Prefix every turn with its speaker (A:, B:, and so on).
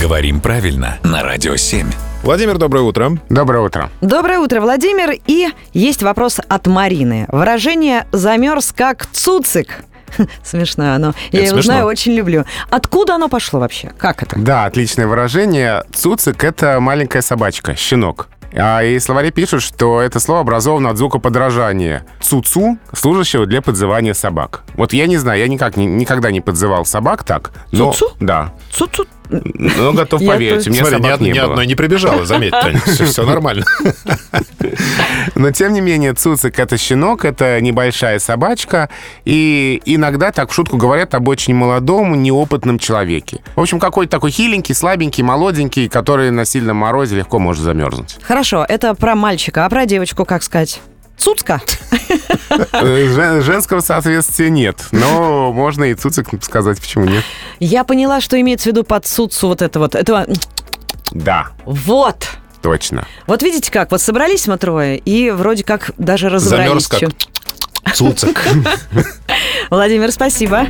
A: Говорим правильно на Радио 7.
B: Владимир, доброе утро.
C: Доброе утро.
D: Доброе утро, Владимир. И есть вопрос от Марины. Выражение «замерз как цуцик». Смешное оно. Я
B: Это
D: его знаю,
B: смешно.
D: очень люблю. Откуда оно пошло вообще? Как это?
C: Да, отличное выражение. Цуцик — это маленькая собачка, щенок. А и словари пишут, что это слово образовано от звука подражания «цуцу», служащего для подзывания собак. Вот я не знаю, я никак не- никогда не подзывал собак так. но-
D: Цуцу?
C: Да.
D: Цу-цу.
C: Но готов
D: Я
C: поверить, у меня
B: Смотри, ни,
C: собак
B: од-
C: не
B: ни
C: было.
B: одной не прибежала, заметь, все, нормально.
C: Но тем не менее, цуцик — это щенок, это небольшая собачка. И иногда так в шутку говорят об очень молодом, неопытном человеке. В общем, какой-то такой хиленький, слабенький, молоденький, который на сильном морозе легко может замерзнуть.
D: Хорошо, это про мальчика, а про девочку как сказать? Цуцка?
C: Э, жен- Женского соответствия нет. Но можно и цуцик сказать, почему нет.
D: Я поняла, что имеется в виду под цуцу вот это вот. Это
C: Да,
D: вот.
C: точно.
D: Вот видите как, вот собрались мы трое и вроде как даже
B: Замерз
D: разобрались.
B: как
D: в чём.
B: Цуцик.
D: Владимир, спасибо.